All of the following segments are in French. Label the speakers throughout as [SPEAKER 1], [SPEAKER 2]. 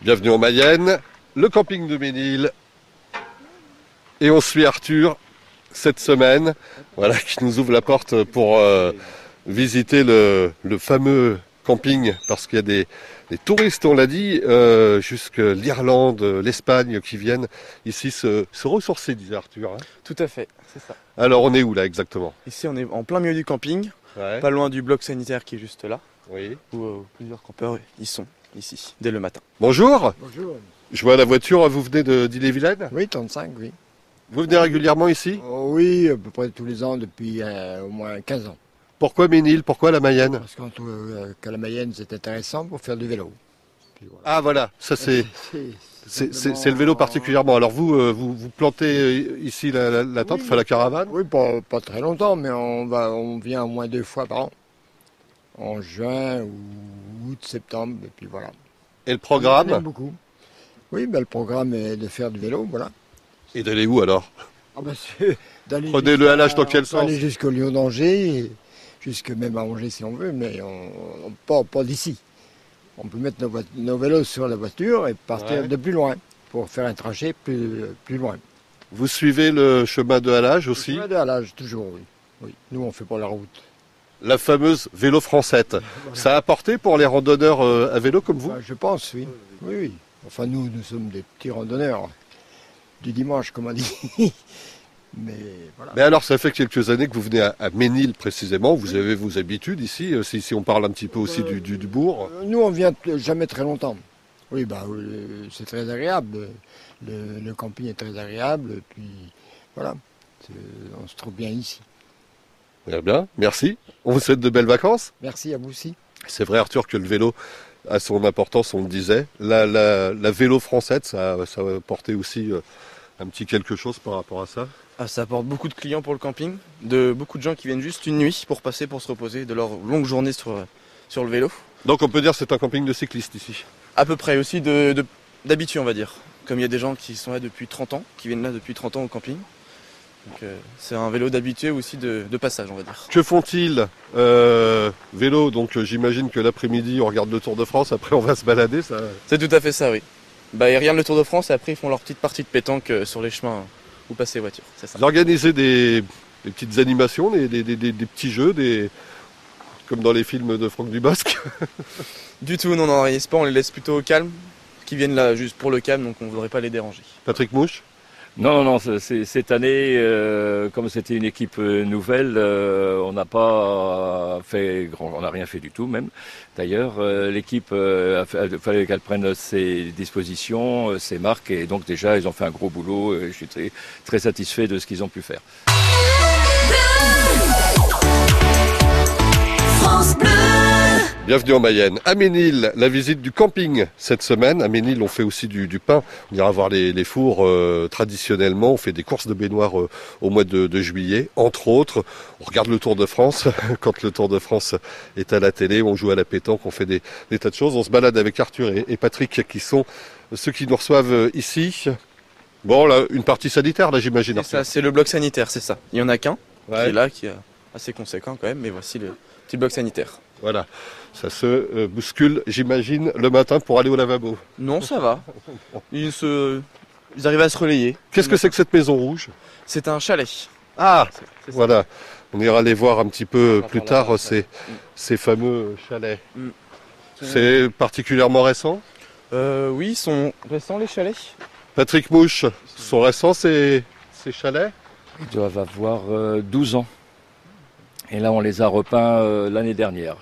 [SPEAKER 1] Bienvenue en Mayenne, le camping de Ménil. Et on suit Arthur cette semaine, voilà, qui nous ouvre la porte pour euh, visiter le, le fameux camping, parce qu'il y a des, des touristes, on l'a dit, euh, jusque l'Irlande, l'Espagne, qui viennent ici se, se ressourcer, disait Arthur. hein.
[SPEAKER 2] Tout à fait, c'est ça.
[SPEAKER 1] Alors on est où là exactement
[SPEAKER 2] Ici, on est en plein milieu du camping, pas loin du bloc sanitaire qui est juste là,
[SPEAKER 1] Oui.
[SPEAKER 2] où euh, plusieurs campeurs y sont, ici, dès le matin.
[SPEAKER 1] Bonjour,
[SPEAKER 3] Bonjour.
[SPEAKER 1] je vois la voiture, vous venez de- d'Ille-et-Vilaine
[SPEAKER 3] Oui, 35, oui.
[SPEAKER 1] Vous venez régulièrement ici
[SPEAKER 3] Oh, oui, à peu près tous les ans depuis euh, au moins 15 ans.
[SPEAKER 1] Pourquoi Ménil Pourquoi la Mayenne
[SPEAKER 3] Parce qu'on trouve euh, que la Mayenne, c'est intéressant pour faire du vélo. Puis voilà.
[SPEAKER 1] Ah voilà, ça c'est c'est- c'est c'est le vélo particulièrement. Alors vous euh, vous, vous plantez euh, ici la, la- la tente,
[SPEAKER 3] Oui.
[SPEAKER 1] enfin la caravane.
[SPEAKER 3] Oui, pas, pas très longtemps, mais on, va, on vient au moins deux fois par an. En juin ou août, septembre, et puis voilà.
[SPEAKER 1] Et le
[SPEAKER 3] On aime
[SPEAKER 1] programme
[SPEAKER 3] beaucoup. Oui, ben, le programme est de faire du vélo, voilà.
[SPEAKER 1] Et d'aller où alors
[SPEAKER 3] Ah ben, c'est d'aller
[SPEAKER 1] Prenez le
[SPEAKER 3] jusqu'à-
[SPEAKER 1] halage dans quel
[SPEAKER 3] on peut aller
[SPEAKER 1] sens
[SPEAKER 3] jusqu'au Lyon d'Angers, et jusque même à Angers si on veut, mais on, on part pas d'ici. On peut mettre nos, voi- nos vélos sur la voiture et partir
[SPEAKER 1] Ouais.
[SPEAKER 3] de plus loin pour faire un trajet plus, plus loin.
[SPEAKER 1] Vous suivez le chemin de halage
[SPEAKER 3] Le
[SPEAKER 1] aussi,
[SPEAKER 3] chemin de halage, toujours, oui. oui. Nous, on fait pas la route.
[SPEAKER 1] la fameuse vélo française. Ça a apporté pour les randonneurs euh, à vélo comme vous
[SPEAKER 3] Enfin, je pense, oui. Oui, oui. Enfin, nous, nous sommes des petits randonneurs du dimanche, comme on dit. mais voilà.
[SPEAKER 1] Mais alors, ça fait quelques années que vous venez à, à Ménil précisément. Vous avez vos habitudes ici, euh, si, si on parle un petit peu aussi du, du- du bourg.
[SPEAKER 3] Euh, Nous, on vient t- jamais très longtemps. Oui, bah, euh, c'est très agréable. Le, le camping est très agréable. et Puis voilà, C'est- on se trouve bien ici.
[SPEAKER 1] Très Eh bien, merci. On vous souhaite de belles vacances.
[SPEAKER 3] Merci à vous aussi.
[SPEAKER 1] C'est vrai, Arthur, que le vélo a son importance, on le disait. La, la, la vélo française, ça, ça a apporté aussi euh, un petit quelque chose par rapport à ça.
[SPEAKER 2] Ah, ça apporte beaucoup de clients pour le camping, de beaucoup de gens qui viennent juste une nuit pour passer, pour se reposer de leur longue journée sur, euh, sur le vélo.
[SPEAKER 1] Donc on peut dire que c'est un camping de cyclistes ici.
[SPEAKER 2] À peu près aussi de- de- d'habitude, on va dire. Comme il y a des gens qui sont là depuis 30 ans, qui viennent là depuis 30 ans au camping. Donc euh, c'est un vélo d'habitué aussi de- de passage, on va dire.
[SPEAKER 1] Que font-ils Euh, Vélo, donc euh, j'imagine que l'après-midi, on regarde le Tour de France, après on va se balader. Ça...
[SPEAKER 2] C'est tout à fait ça, oui. Bah, ils regardent le Tour de France et après ils font leur petite partie de pétanque euh, sur les chemins où passent les voitures. C'est ça.
[SPEAKER 1] Vous organisez des, des petites animations, des, des, des- des- des petits jeux, des... comme dans les films de Franck Dubosc.
[SPEAKER 2] Du tout, non, on n'organise pas, on les laisse plutôt au calme. Qui viennent là juste pour le calme, donc on voudrait pas les déranger.
[SPEAKER 1] Patrick Mouche
[SPEAKER 4] Non, non, non, c'est- c'est- cette année, euh, comme c'était une équipe euh, nouvelle, euh, on n'a pas fait grand, on n'a rien fait du tout même. D'ailleurs, euh, l'équipe, euh, a fait- il fallait qu'elle prenne ses dispositions, euh, ses marques, et donc déjà, ils ont fait un gros boulot, et je suis très, très satisfait de ce qu'ils ont pu faire.
[SPEAKER 1] Bienvenue en Mayenne. À Ménil, la visite du camping cette semaine. À Ménil, on fait aussi du, du pain. On ira voir les, les fours euh, traditionnellement. On fait des courses de baignoire euh, au mois de, de juillet, entre autres. On regarde le Tour de France. Quand le Tour de France est à la télé, on joue à la pétanque, on fait des, des tas de choses. On se balade avec Arthur et, et Patrick qui sont ceux qui nous reçoivent euh, ici. Bon, là, une partie sanitaire, là, j'imagine.
[SPEAKER 2] Et ça, c'est le bloc sanitaire, c'est ça. Il y en a qu'un qui est
[SPEAKER 1] Ouais,
[SPEAKER 2] là, qui est assez conséquent quand même, mais voici le petit bloc sanitaire.
[SPEAKER 1] voilà. Ça se euh, bouscule, j'imagine, le matin pour aller au lavabo.
[SPEAKER 2] Non, ça va. Ils, se... Ils arrivent à se relayer.
[SPEAKER 1] Qu'est-ce que c'est que cette maison rouge
[SPEAKER 2] C'est un chalet.
[SPEAKER 1] Mm. Ah,
[SPEAKER 2] C'est- c'est ça.
[SPEAKER 1] Voilà, on ira les voir un petit
[SPEAKER 2] On
[SPEAKER 1] peu
[SPEAKER 2] va
[SPEAKER 1] plus
[SPEAKER 2] par là,
[SPEAKER 1] tard,
[SPEAKER 2] ouais.
[SPEAKER 1] ces,
[SPEAKER 2] Mm.
[SPEAKER 1] ces fameux chalets.
[SPEAKER 2] Mm.
[SPEAKER 1] C'est particulièrement récent
[SPEAKER 2] Euh, oui, ils sont récents les chalets.
[SPEAKER 1] Patrick Mouche, sont récents ces, ces chalets
[SPEAKER 4] Ils doivent avoir euh, 12 ans. Et là, on les a repeints euh, l'année dernière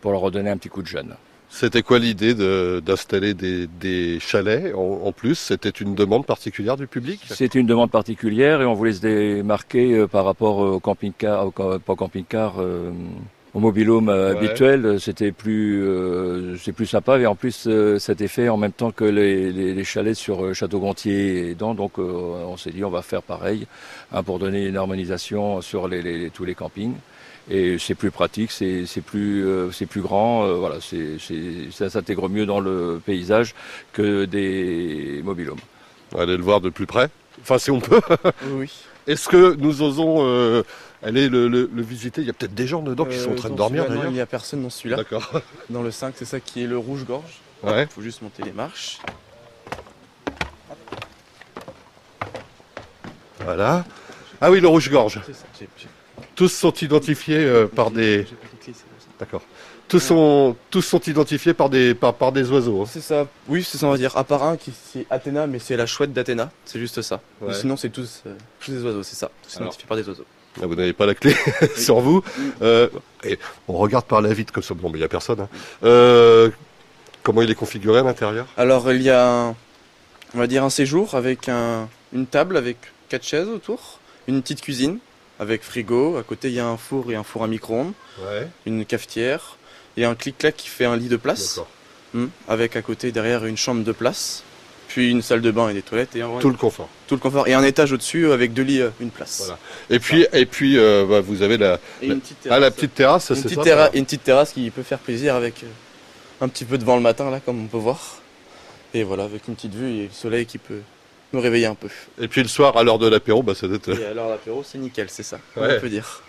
[SPEAKER 4] pour leur redonner un petit coup de jeune.
[SPEAKER 1] C'était quoi l'idée de- d'installer des, des chalets en, en plus C'était une demande particulière du public
[SPEAKER 4] C'était une demande particulière et on voulait se démarquer euh, par rapport euh, au camping-car, au ca- pas au camping-car, euh, au mobilhome euh,
[SPEAKER 1] Ouais.
[SPEAKER 4] habituel. Euh, C'était plus, euh, c'est plus sympa et en plus euh, cet effet en même temps que les, les- les chalets sur euh, Château-Gontier et Dents. Donc euh, on s'est dit on va faire pareil hein, pour donner une harmonisation sur les, les- les- tous les campings. Et c'est plus pratique, c'est c'est plus, euh, c'est plus grand, euh, voilà, c'est c'est- ça s'intègre mieux dans le paysage que des mobilhomes.
[SPEAKER 1] On va aller le voir de plus près, enfin si on peut.
[SPEAKER 2] Oui, oui.
[SPEAKER 1] Est-ce que nous osons euh, aller le, le- le visiter Il y a peut-être des gens dedans qui sont en
[SPEAKER 2] Euh,
[SPEAKER 1] train de
[SPEAKER 2] dans
[SPEAKER 1] dormir
[SPEAKER 2] celui-là, non,
[SPEAKER 1] d'ailleurs.
[SPEAKER 2] Il n'y a personne dans celui-là.
[SPEAKER 1] D'accord.
[SPEAKER 2] Dans le 5, c'est ça qui est le rouge-gorge.
[SPEAKER 1] Ouais.
[SPEAKER 2] Il faut juste monter les marches.
[SPEAKER 1] Voilà. Ah oui, le rouge-gorge.
[SPEAKER 2] C'est ça, j'ai- j'ai-
[SPEAKER 1] Tous sont identifiés euh, par des.
[SPEAKER 2] j'ai pas cliqué, c'est pour ça.
[SPEAKER 1] D'accord. Tous sont, tous sont identifiés par des, par, par des oiseaux. hein.
[SPEAKER 2] C'est ça, oui, c'est ça, on va dire. À part un qui c'est Athéna, mais c'est la chouette d'Athéna, c'est juste ça. Mais
[SPEAKER 1] Ouais.
[SPEAKER 2] sinon, c'est tous, euh, tous des oiseaux, c'est ça. Tous
[SPEAKER 4] Alors.
[SPEAKER 2] identifiés par des oiseaux.
[SPEAKER 1] Ah, vous n'avez pas la clé sur vous. Euh, et on regarde par la vitre comme ça. Bon, mais il n'y a personne. hein. Euh, comment il est configuré à l'intérieur
[SPEAKER 2] Alors, il y a, un- on va dire, un séjour avec un- une table avec quatre chaises autour, une petite cuisine avec frigo. À côté, il y a un four et un four à micro-ondes,
[SPEAKER 1] Ouais.
[SPEAKER 2] une cafetière et un clic-clac qui fait un lit de place.
[SPEAKER 1] D'accord.
[SPEAKER 2] Hmm, avec à côté derrière une chambre de place, puis une salle de bain et des toilettes et un-
[SPEAKER 1] Tout
[SPEAKER 2] tout,
[SPEAKER 1] le confort.
[SPEAKER 2] le confort et un étage au-dessus avec deux lits, euh, une place.
[SPEAKER 1] Voilà. Et puis, et puis euh, bah, vous avez la,
[SPEAKER 2] Et une petite terrasse.
[SPEAKER 1] ah, la petite terrasse, ça,
[SPEAKER 2] une,
[SPEAKER 1] c'est
[SPEAKER 2] petite
[SPEAKER 1] ça
[SPEAKER 2] terra- une petite terrasse qui peut faire plaisir avec euh, un petit peu de vent le matin là comme on peut voir. Et voilà, avec une petite vue et le soleil qui peut me réveiller un peu.
[SPEAKER 1] Et puis le soir, à l'heure de l'apéro, bah, ça doit être...
[SPEAKER 2] Et alors l'apéro, c'est nickel, c'est ça,
[SPEAKER 1] Ouais.
[SPEAKER 2] on peut dire.